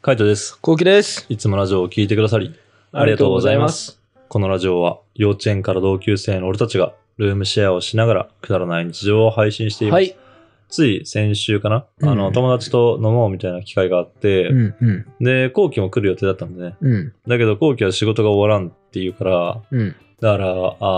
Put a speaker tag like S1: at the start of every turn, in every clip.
S1: カイトです。
S2: こうきです。
S1: いつもラジオを聞いてくださり、ありがとうございます。このラジオは幼稚園から同級生の俺たちがルームシェアをしながらくだらない日常を配信しています。
S2: はい。
S1: つい先週かな、あ
S2: う
S1: の、
S2: ん
S1: 友達と飲もうみたいな機会があって、
S2: んうん
S1: で、後期も来る予定だったんでね。
S2: うん
S1: だけど後期は仕事が終わらんっていうから、
S2: うん
S1: だから、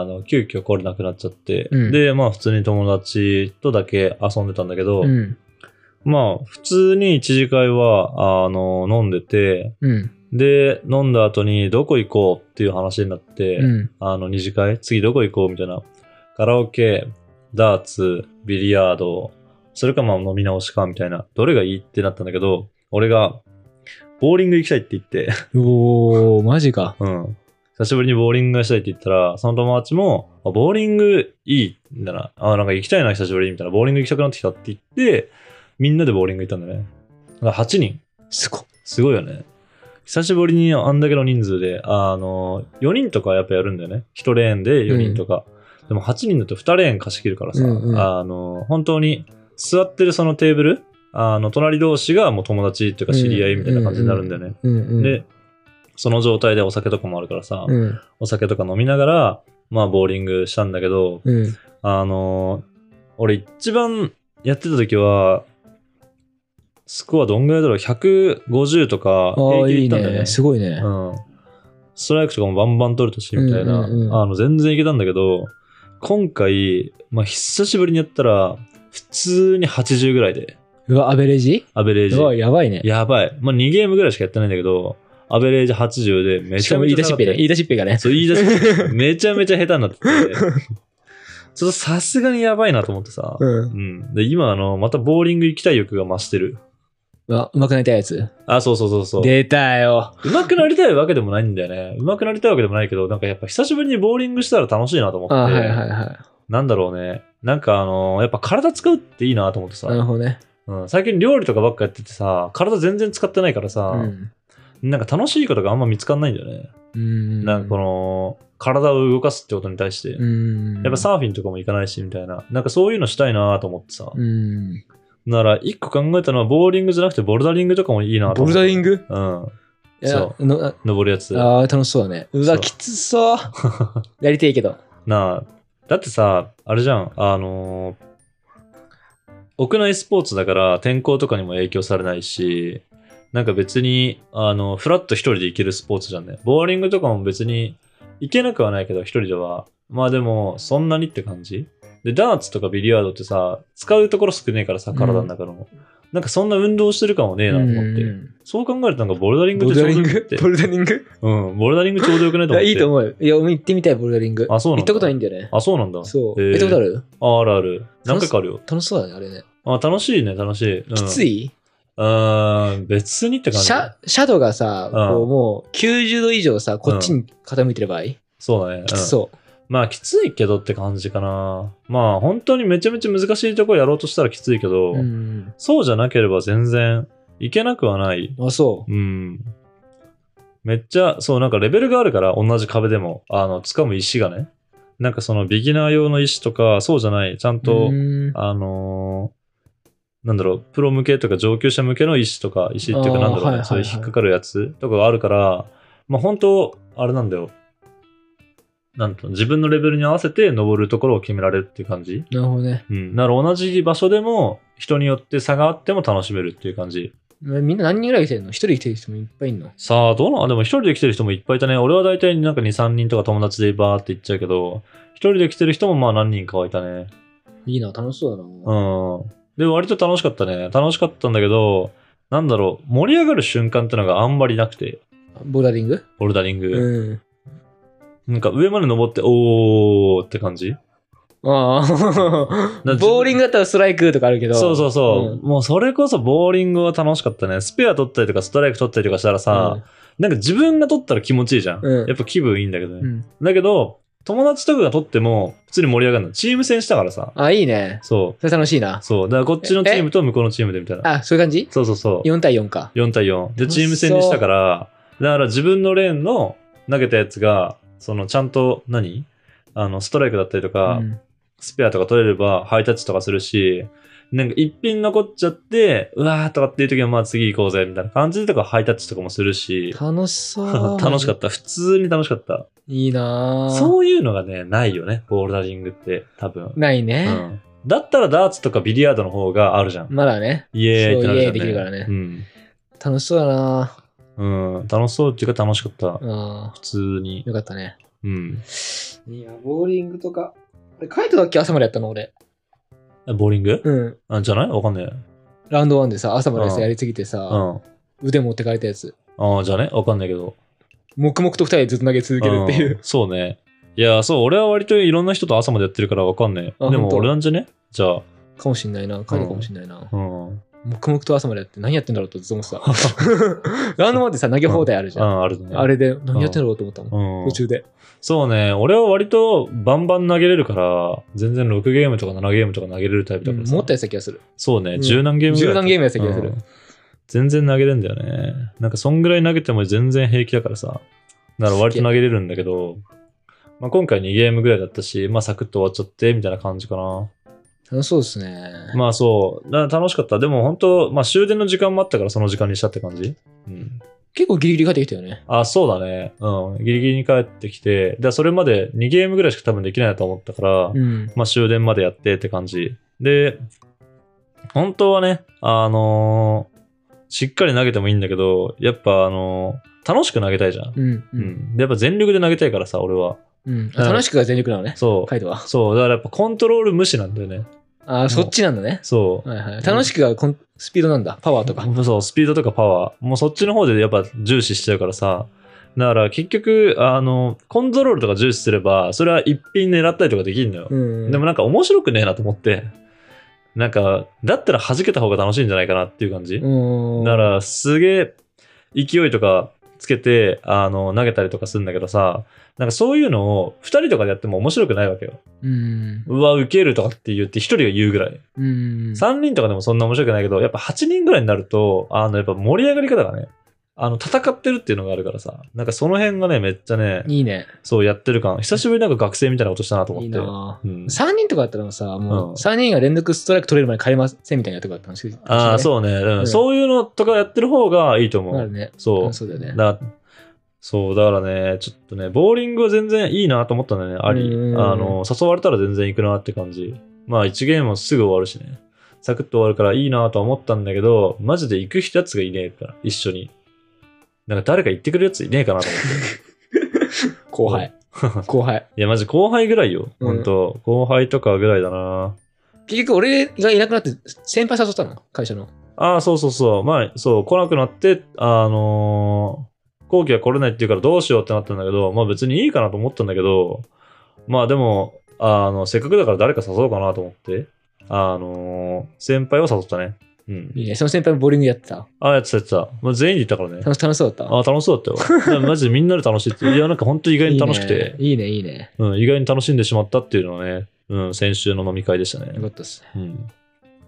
S1: あの、急遽来れなくなっちゃって、
S2: うん
S1: で、まあ普通に友達とだけ遊んでたんだけど、
S2: うん
S1: まあ普通に一次会は、あの、飲んでて、
S2: うん
S1: で、飲んだ後にどこ行こうっていう話になって、
S2: うん
S1: あの、二次会次どこ行こうみたいな。カラオケ、ダーツ、ビリヤード、それかまあ飲み直しかみたいな。どれがいいってなったんだけど、俺が、ボーリング行きたいって言って、
S2: うおーマジか。
S1: うん。久しぶりにボーリングがしたいって言ったら、その友達も、あボーリングいいみたいな。あ、なんか行きたいな、久しぶりにみたいな。ボーリング行きたくなってきたって言って、みんなでボーリング行ったんだね。だから8人。
S2: すご
S1: すごいよね。久しぶりにあんだけの人数で、あの、4人とかやっぱやるんだよね。1レーンで4人とか。でも8人だと2レーン貸し切るからさ、
S2: うんうん
S1: あの、本当に座ってるそのテーブル、あの、隣同士がもう友達っていうか知り合いみたいな感じになるんだよね。
S2: うんうん。
S1: で、その状態でお酒とかもあるからさ、
S2: うん
S1: お酒とか飲みながら、まあ、ボーリングしたんだけど、
S2: うん
S1: あのー俺一番やってた時は、スコアどんぐらいだろう ?150 とか
S2: あ
S1: 平気
S2: あ
S1: で
S2: い
S1: い
S2: い
S1: ったんだよね。
S2: ね。すごいね。
S1: うん。ストライクとかもバンバン取るとし、みたいな、
S2: うんうんうん
S1: あの、全然いけたんだけど、今回、まあ、久しぶりにやったら、普通に80ぐらいで、
S2: うわアベレージ？
S1: アベレージ。
S2: うわやばいね。
S1: やばい。まあ、2ゲームぐらいしかやってないんだけど、アベレージ80でめ
S2: し
S1: ち
S2: か
S1: ゃ
S2: も
S1: め
S2: 言
S1: ち
S2: い
S1: ゃ
S2: 出しっぺね。言い出しっぺが ね。
S1: そう、言い出し めちゃめちゃ下手になってて、ちょっとさすがにやばいなと思ってさ。
S2: うん。
S1: うん。で、今、あの、またボーリング行きたい欲が増してる。
S2: うわうまくなりたいやつ。
S1: あ、そうそうそうそう。
S2: 出たよ。
S1: うまくなりたいわけでもないんだよね。うまくなりたいわけでもないけど、なんかやっぱ久しぶりにボーリングしたら楽しいなと思って。
S2: あはいはいは
S1: なんだろうね。なんかあのやっぱ体使うっていいなと思って
S2: い。
S1: さ
S2: な。るほどね。
S1: うん。最近料理とかばっかやっててさ、体全然使ってないから
S2: う
S1: さ、
S2: ん。
S1: なんか楽しいことがあんま見つかんないんだよね。
S2: うん。
S1: なんかこの、体を動かすってことに対して。
S2: うん。
S1: やっぱ。サーフィンとかも行かないしみたいな、なんかそういうのしたいなと思ってさ。
S2: うん。
S1: なら、一個考えたのは、ボーリングじゃなくてボルダリングとかもいいなと
S2: ボ
S1: 思っ
S2: ル
S1: て。
S2: ダリング？
S1: うん。
S2: いや
S1: そ
S2: のあ
S1: 登るやつ。な
S2: あー楽しそうだね。う
S1: そ
S2: わ
S1: う
S2: きつ そう。やりてえけど。
S1: あ、だってさ、あれじゃん、あのー屋内スポーツだから天候とかにも影響されないし、なんか別に、あの、フラッと一人で行けるスポーツじゃんね。ボーリングとかも別に行けなくはないけど、一人では。まあでも、そんなにって感じで、ダーツとかビリヤードってさ、使うところ少ねえからさ、体の中のも。なんかそんな運動してる感はねえなと思って。
S2: うん
S1: そう考えるとなんかボルダリングっ
S2: ボ
S1: てちょ
S2: ルダ
S1: うど
S2: リン
S1: よく
S2: グ
S1: って。
S2: ボルダリング
S1: うん、ボルダリングちょうどよくないと思っ
S2: いや、
S1: て。
S2: いいと思うよ。いや、俺も行ってみたい、ボルダリング。
S1: あそうなんだ
S2: 行ったことないんだよね。
S1: あ、そうなんだ。
S2: そう。
S1: へえ
S2: 行ったことある
S1: あ、あるある。何回かあるよ。
S2: 楽しそうだね、あれね。
S1: あ、楽しいね、楽しい。うん、
S2: きつ
S1: い
S2: いう
S1: ーん、別にって感じ。
S2: シャシャドウがさ、
S1: うん
S2: こうもう90度以上さ、こっちに傾いてる場合、き
S1: そうだね。
S2: つ
S1: うん。
S2: そう。
S1: まあ、きついけどって感じかな。まあ、本当にめちゃめちゃ難しいとこやろうとしたらきついけど、
S2: うん。
S1: そうじゃなければ全然いけなくはない。
S2: あ、そう。
S1: うん。めっちゃ、そう、なんかレベルがあるから、同じ壁でも、あの、掴む石がね。なんかそのビギナー用の石とか、そうじゃない、ちゃんと、
S2: うん
S1: あのーなんだろう、プロ向けとか上級者向けの石とか、石っていうか、
S2: あー
S1: なんだろうね、
S2: はいはいはい
S1: そういう引っかかるやつとかがあるから、まあ本当、あれなんだよ。なんと自分のレベルに合わせて登るところを決められるっていう感じ。
S2: なるほどね。
S1: うん。なら同じ場所でも、人によって差があっても楽しめるっていう感じ。
S2: みんな何人ぐらい来てるの一人来てる人もいっぱいいるの
S1: さあ、どうなのでも一人で来てる人もいっぱいいたね。俺は大体なんか2、3人とか友達でバーって行っちゃうけど、一人で来てる人もまあ何人かはいたね。
S2: いいな、楽しそうだな。
S1: うん。で、割と楽しかったね。楽しかったんだけど、なんだろう、盛り上がる瞬間ってのがあんまりなくて、
S2: ボルダリング
S1: ボルダリング。
S2: うん。
S1: なんか上まで登って、おーって感じ。
S2: ああ。
S1: だ
S2: ボーリングだったらストライクとかあるけど。
S1: そうそうそう。
S2: うん
S1: もうそれこそボーリングは楽しかったね。スペア取ったりとか、ストライク取ったりとかしたらさ、なんか自分が取ったら気持ちいいじゃん。
S2: うん
S1: やっぱ気分いいんだけどね。
S2: うん。うん。
S1: だけど、友達とかが取っても、普通に盛り上がるの。チーム戦したからさ。
S2: あ、いいね。
S1: そ
S2: それ楽しいな
S1: う。。そう。だからこっちのチームと向こうのチームでみたいな。
S2: あ、そういう感じ
S1: そうそうそう。
S2: ?4 対4か。
S1: 4対4で
S2: 楽し
S1: チ
S2: そう
S1: ーム戦にしたからだから自分のレーンの投げたやつがそのちゃんと何あのストライクだったりとか、
S2: うん
S1: スペアとか取れればハイタッチとかするしなんか一品残っちゃって、うわーとかっていう時はまあ次行こうぜみたいな感じでとかハイタッチとかもするし、
S2: 楽しそ う。
S1: 楽しかっ
S2: た。
S1: た。普通に楽しかった。
S2: いいなぁ
S1: そういうのがね、ないよね、ボールダリングって多分。
S2: ないね
S1: う、ん、だったらダーツとかビリヤードの方があるじゃん。
S2: まだね。
S1: イエーイってなるじゃん、ね。
S2: そうイエーイできるからね
S1: うん
S2: 楽しそうだなぁ
S1: うん、楽しそうっていうか楽しかった。
S2: あ
S1: 普通に
S2: ー。よかったね。
S1: うん。
S2: いや、ボーリングとか。あれ、カイトだっけ朝までやったの俺。
S1: ボーリング、
S2: うん。
S1: あじゃないわかんない。う
S2: ラウンドワンでさ、朝まで
S1: う
S2: さ、
S1: ん
S2: やりすぎてさ、
S1: ん。
S2: 腕持ってかれたやつ。
S1: ああ、じゃねわかんないけど。
S2: 黙々と二人でずっと投げ続けるっていう
S1: うん。そうね。いや、そう、俺は割といろんな人と朝までやってるからわかんねえ。
S2: あ
S1: でも
S2: 本当
S1: 俺なんじゃねじゃあ。
S2: かもしんないな。カイトかもしんないな。
S1: うん。うん、
S2: 黙々と朝までやって何やってんだろうとずっと思ってた。 ラウンドワンでさ、投げ放題あるじゃん。
S1: あるね。
S2: あれで何やってんだろうと思ったもん。
S1: うん
S2: 途。中で。
S1: そうね。俺は割とバンバン投げれるから、全然6ゲームとか7ゲームとか投げれるタイプだからさ。
S2: 持ったやつた気がする。
S1: そうね。
S2: うん
S1: 柔軟ゲームぐらい
S2: 柔軟ゲームやった気がする
S1: うん全然投げれんだよね。なんかそんぐらい投げても全然平気だからさ。だから割と投げれるんだけど、まあ、今回2ゲームぐらいだったし、まあサクッと終わっちゃってみたいな感じかな。
S2: 楽しそうですね。
S1: まあそう。だ楽しかった。でも本当、まあ終電の時間もあったからその時間にしたって感じ。うん。
S2: 結構ギリギリ帰ってきたよね。
S1: あ、そうだね。うん。ギリギリに帰ってきて、で、それまで2ゲームぐらいしか多分できないなと思ったから、
S2: うん。
S1: まあ終電までやってって感じ。で、本当はね、あのーしっかり投げてもいいんだけど、やっぱあのー楽しく投げたいじゃん。
S2: うん。
S1: う
S2: うん。
S1: ん。で、やっぱ全力で投げたいからさ、俺は。
S2: うん、あ楽しくが全力なのね。
S1: そう。
S2: カイトは。
S1: そう。だからやっぱコントロール無視なんだよね。
S2: ああ、そっちなんだね。
S1: そう。
S2: はいはい。楽しくがコンスピードなんだ。パワーとか。
S1: そう、スピードとかパワー。もうそっちの方でやっぱ重視しちゃうからさ。だから結局、あの、コントロールとか重視すれば、それは一品狙ったりとかできるのよ。
S2: うん。
S1: でもなんか面白くねえなと思って。なんか、だったら弾けた方が楽しいんじゃないかなっていう感じ。
S2: うん。
S1: だから、すげえ勢いとかつけて、あの、投げたりとかするんだけどさ、なんかそういうのを2人とかでやっても面白くないわけよ。
S2: うん。
S1: うわ、ウケるとかって言って1人が言うぐらい。
S2: うん。
S1: 3人とかでもそんな面白くないけど、やっぱ8人ぐらいになると、あの、やっぱ盛り上がり方がね、あの、戦ってるっていうのがあるからさ、なんかその辺がね、めっちゃね、
S2: いいね。
S1: そうやってる感、久しぶりになんか学生みたいなことしたなと思っ
S2: いい
S1: て。
S2: なぁ。
S1: うん、
S2: 3人とかだったらもうさ、
S1: う
S2: も
S1: ん
S2: う3人が連続ストライク取れるまで帰りませんみたいなとこだったんですけど。
S1: ああ、そうね、うん
S2: うん
S1: そういうのとかやってる方がいいと思う。
S2: なるね。
S1: そう
S2: そうだよね。
S1: だそう、だからね、ちょっとね、ボーリングは全然いいなと思ったんだよね、あり。
S2: うん
S1: あの、誘われたら全然行くなって感じ。まあ、1ゲームはすぐ終わるしね。サクッと終わるからいいなとは思ったんだけど、マジで行く人やつがいねえから、一緒に。なんか誰か行ってくれるやついねえかなと思って。
S2: 後輩。後輩。
S1: いや、マジ後輩ぐらいよ。
S2: う
S1: ほ
S2: ん
S1: んと。後輩とかぐらいだな。
S2: 結局俺がいなくなって先輩誘ったの会社の。
S1: ああ、そうそうそう。まあ、そう、来なくなって、あのー、後期は来れないって言うからどうしようってなったんだけど、まあ別にいいかなと思ったんだけど、まあでも、あの、せっかくだから誰か誘おうかなと思って、あのー、先輩を誘ったね。うん。
S2: いいね。その先輩もボーリングやってた。
S1: ああ、やってたやってた。まあ、全員で行ったからね。
S2: 楽し楽しそうだった。
S1: ああ、楽しそうだったよ。でもマジでみんなで楽しいって。いや、なんか本当意外に楽しくて、
S2: いいね、いいね。いいね
S1: うん、意外に楽しんでしまったっていうのはね、うん、先週の飲み会でしたね。
S2: よかったっすね。
S1: うん。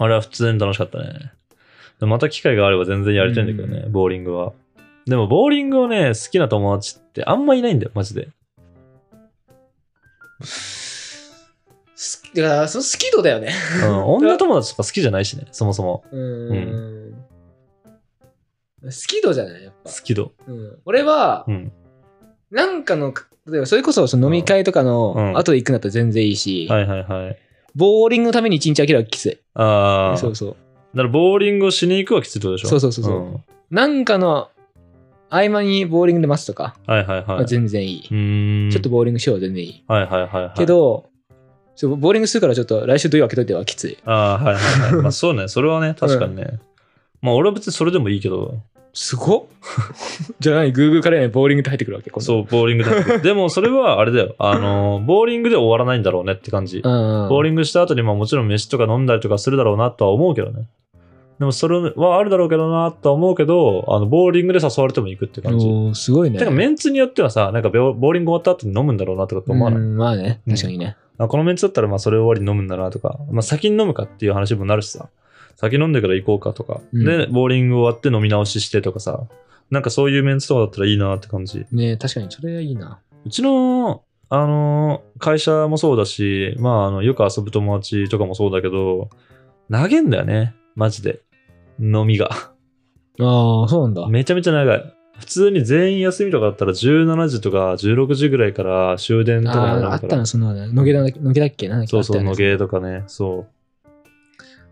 S1: あれは普通に楽しかったね。でまた機会があれば全然やりたいんだけどね、
S2: う
S1: ボーリングは。でも、ボーリングをね、好きな友達ってあんまいないんだよ、マジで。
S2: すだから、その好き度だよね。
S1: うん、女友達とか好きじゃないしね、そもそも。
S2: うーん。好き度じゃないやっぱ
S1: 好。き度。
S2: うん、俺は
S1: う、ん。
S2: なんかの、例えばそれこそその飲み会とか
S1: うんうん
S2: の後で行くんだったら全然いいし、
S1: はいはいはい。
S2: ボーリングのために一日空けるはきつい。
S1: ああ。
S2: そう
S1: だ
S2: そう。
S1: から、ボーリングをしに行くはきついってことでしょ
S2: そうそうそうそう
S1: うん
S2: なんかの合間にボーリングで待つとか、
S1: はいはいはい。
S2: は全然いい、
S1: うーん。
S2: ちょっと、ボーリングしよう全然いい。
S1: はいはいはいはい。
S2: け、ど、ちょっとボーリングするからちょっと来週土曜開けといてはきつい。
S1: ああ、はいはいはい。まあ、そうね、それはね、確かにね。まあ、俺は別にそれでもいいけど。
S2: すごっじゃない、グーグーカレーにボーリングって入ってくるわけ、今度
S1: そう、ボーリングだ。でもそれはあれだよ。あの、ボーリングで終わらないんだろうねって感じ。
S2: うん。
S1: ボーリングした後にまあもちろん飯とか飲んだりとかするだろうなとは思うけどね。でもそれはあるだろうけどなとは思うけど、あの、ボーリングで誘われても行くって感じ。
S2: おーすごいね。
S1: てかメンツによってはさ、なんかボボーリング終わった後に飲むんだろうなとかって思わない、
S2: うんまあね、
S1: うん
S2: 確かにね。
S1: あこのメンツだったらまあそれ終わりに飲むんだなとか、まあ先に飲むかっていう話もなるしさ、先飲んでから行こうかとか、
S2: うん
S1: で、ボーリング終わって飲み直ししてとかさ、なんかそういうメンツとかだったらいいなって感じ。
S2: ね確かにそれはいいな。
S1: うちの、あの、会社もそうだし、まあ、あの、よく遊ぶ友達とかもそうだけど、投げんだよね。マジで。飲みが。
S2: ああ、そうなんだ。
S1: めちゃめちゃ長い。普通に全員休みとかだったら17時とか16時ぐらいから終電とかにな
S2: あ
S1: る
S2: ーあっ
S1: から。
S2: たな、そんなの。野毛だ野毛だっけなんだっけ
S1: そうそう、
S2: あ
S1: 野
S2: ったよね
S1: 芸とかね。そう。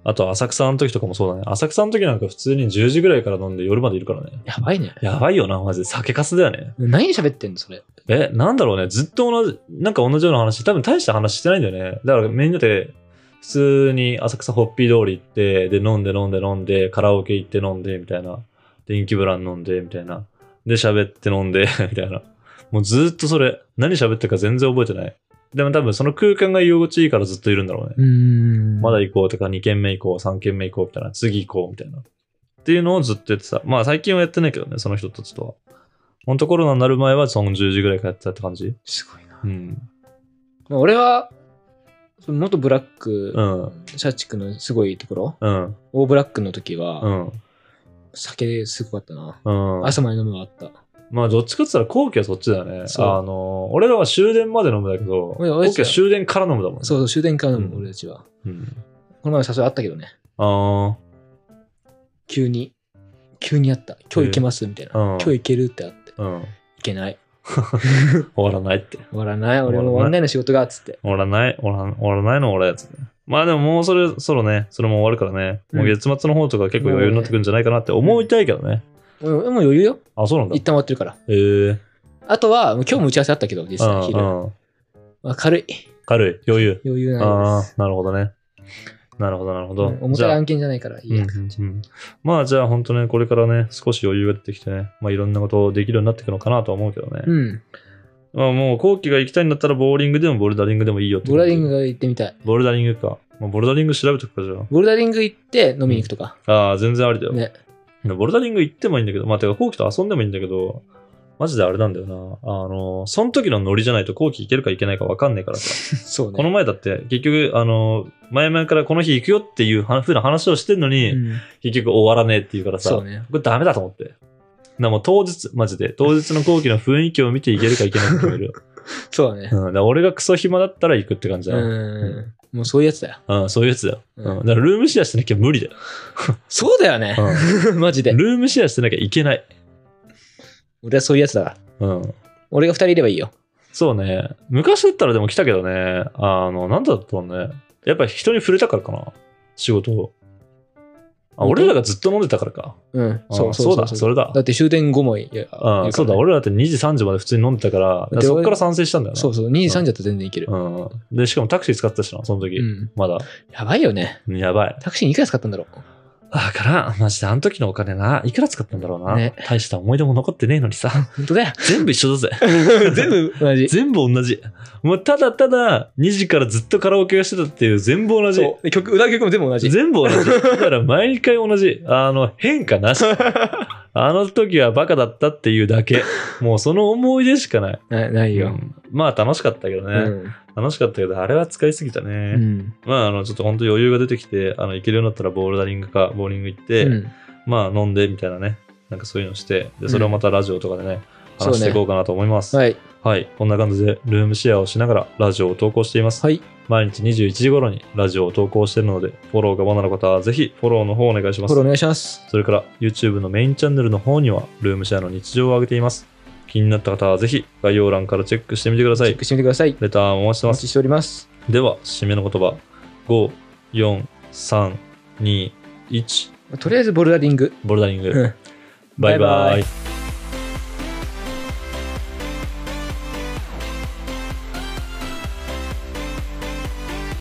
S1: あと、浅草の時とかもそうだね。浅草の時なんか普通に10時ぐらいから飲んで夜までいるからね。
S2: やばいね。
S1: やばいよな、マジで。酒かすだよね。
S2: 何喋ってんの、それ。
S1: え、なんだろうね。ずっと同じ、なんか同じような話、多分大した話してないんだよね。だからみんなで、普通に浅草ホッピー通り行って、で、飲んで飲んで飲んで、カラオケ行って飲んで、みたいな。電気ブラン飲んで、みたいな。で、喋って飲んで、 みたいな。もうずっとそれ、何喋ったか全然覚えてない。でも多分その空間が居心地いいからずっといるんだろうね。
S2: うーん。
S1: まだ行こうとか、2軒目行こう、3軒目行こうみたいな、次行こうみたいな。っていうのをずっとやってた。まあ最近はやってないけどね、その人たちとは。ほんとコロナになる前はその10時ぐらいからやってたって感じ
S2: すごいな。
S1: うん。
S2: まあ俺は、その元ブラック
S1: う、ん。
S2: 社畜のすごいところ、
S1: うん。
S2: 大ブラックの時は、
S1: うん。
S2: 酒すごかったな。
S1: うん。
S2: 朝まで飲むのあった。
S1: まあどっちかって言ったら後期はそっちだよね。
S2: そう
S1: あの、俺らは終電まで飲むだけど、
S2: 俺らは
S1: 後期は終電から飲むだもんね。
S2: そうそう、終電から飲む、
S1: うん
S2: 俺たちは。
S1: うん。
S2: この前誘いあったけどね。
S1: あ
S2: 急に。急にあった。今日行けますみたいな。
S1: うん
S2: 今日行けるってあって。
S1: あ。うん。
S2: 行けない。
S1: 終わらないって。
S2: 終わらない。
S1: 終わらない
S2: 俺も終わらないの仕事が、つって。
S1: 終わらない、終わらん終わらないの俺やつね。まあでももうそれそろね、それも終わるからね、
S2: うん
S1: もう月末の方とか結構余裕になってくるんじゃないかなって思いたいけどね。
S2: うんもう余裕よ。
S1: あ、そうなんだ
S2: 一。旦終わってるから。
S1: えー、
S2: あとは、もう今日も打ち合わせあったけど、実際昼。
S1: うんうん
S2: まあ軽い。
S1: 軽い、余裕。
S2: 余裕ない
S1: あ
S2: です
S1: あ、なるほどね。なるほど、なるほ
S2: う
S1: ど。
S2: ん。重
S1: じ
S2: たい
S1: ゃあ
S2: 案件じゃないから、いいや。
S1: うんうんうんまあじゃあ本当ね、これからね、少し余裕が出てきてね、まあいろんなことできるようになっていくのかなとは思うけどね。
S2: うん。
S1: まあもう後期が行きたいんだったらボーリングでもボルダリングでもいいよって
S2: ボ
S1: 感じ。
S2: ルダリングが行ってみたい。
S1: ボルダリングか。まあ、ボルダリング調べとくかじゃ
S2: ボルダリング行って飲みに行くとか。
S1: あ。ああ、全然ありだよ。
S2: ね。
S1: ボルダリング行ってもいいんだけど、まあ、てか、後期と遊んでもいいんだけど、マジであれなんだよな。あの、その時のノリじゃないと後期行けるか行けないか分かんないからさ。
S2: そうね。
S1: この前だって、結局、あの、前々からこの日行くよっていうは風な話をしてんのに、
S2: うん
S1: 結局終わらねえっていうからさ、
S2: そう
S1: こ
S2: ね。
S1: れダメだと思って。な、もう当日、マジで、当日の後期の雰囲気を見て行けるか行けないか決める。
S2: そうだね
S1: う。ん、だから俺がクソ暇だったら行くって感じだな。
S2: うん。もうそういうやつだよ。
S1: うん、そういうやつだよ。
S2: う
S1: うんん、だからルームシェアしてなきゃ無理だよ。
S2: そうだよね。 マジで。
S1: ルームシェアしてなきゃいけない。
S2: 俺はそういうやつだから。
S1: うん。
S2: 俺が二人いればいいよ。
S1: そうね。昔だったらでも来たけどね。あの、なんだったのね。やっぱ人に触れたからかな。仕事を。あ、
S2: 本当
S1: 俺らがずっと飲んでたからか。
S2: うん。
S1: あそうだ、それだ
S2: だ。って終電後もいや
S1: うん、そうだ、。俺らだって2時、3時まで普通に飲んでたから、だから
S2: で
S1: そっから賛成したんだよな。
S2: そうそう。2時3時だったら全然いける。
S1: うん。で、しかもタクシー使ってたしな、その時。
S2: うん。
S1: まだ。
S2: やばいよね。
S1: やばい。
S2: タクシーにいくら使ったんだろ
S1: だからん、マジであの時のお金な、いくら使ったんだろうな。
S2: ね
S1: 大した思い出も残ってねえのにさ。
S2: う。本当だよ。
S1: 全部一緒だぜ。
S2: 全部同じ。
S1: 全部同じ。もうただただ2時からずっとカラオケをしてたっていう全部同じ。
S2: そう。曲、歌う曲も全部同じ。
S1: 全部同じ。だから毎回同じ。 あの、変化なし。あの時はバカだったっていうだけ。もうその思い出しかない。
S2: なないよ。
S1: まあ楽しかったけど
S2: う
S1: ね、
S2: ん。
S1: 楽しかったけど、あれは使いすぎた
S2: う
S1: ね。
S2: ん。
S1: まあ、あの、ちょっと本当余裕が出てきて、あの、行けるようになったらボールダリングか、ボーリング行って、
S2: うん
S1: まあ飲んでみたいなね。なんかそういうのして、で、それをまたラジオとかでね、
S2: うん
S1: 話していこうかなと思います。
S2: はい。
S1: はい。こんな感じで、ルームシェアをしながらラジオを投稿しています。
S2: はい。
S1: 毎日21時頃にラジオを投稿しているので、フォローがまだの方はぜひフォローの方お願いし
S2: フ
S1: ます
S2: ォローお。願いします。
S1: それから YouTube のメインチャンネルの方には、ルームシェアの日常を上げています。気になった方はぜひ概要欄からチェックしてみてくだ
S2: チ
S1: さ
S2: ェ
S1: い
S2: ッ。クしてみてください。
S1: レターもお待ちして
S2: お
S1: ま
S2: 待
S1: す。
S2: ちしております。
S1: では、締めの言葉。5、4、3、2、1、
S2: とりあえずボルダリング。
S1: ボルダリング。
S2: うん
S1: バイバ
S2: バイバ
S1: イ
S2: イ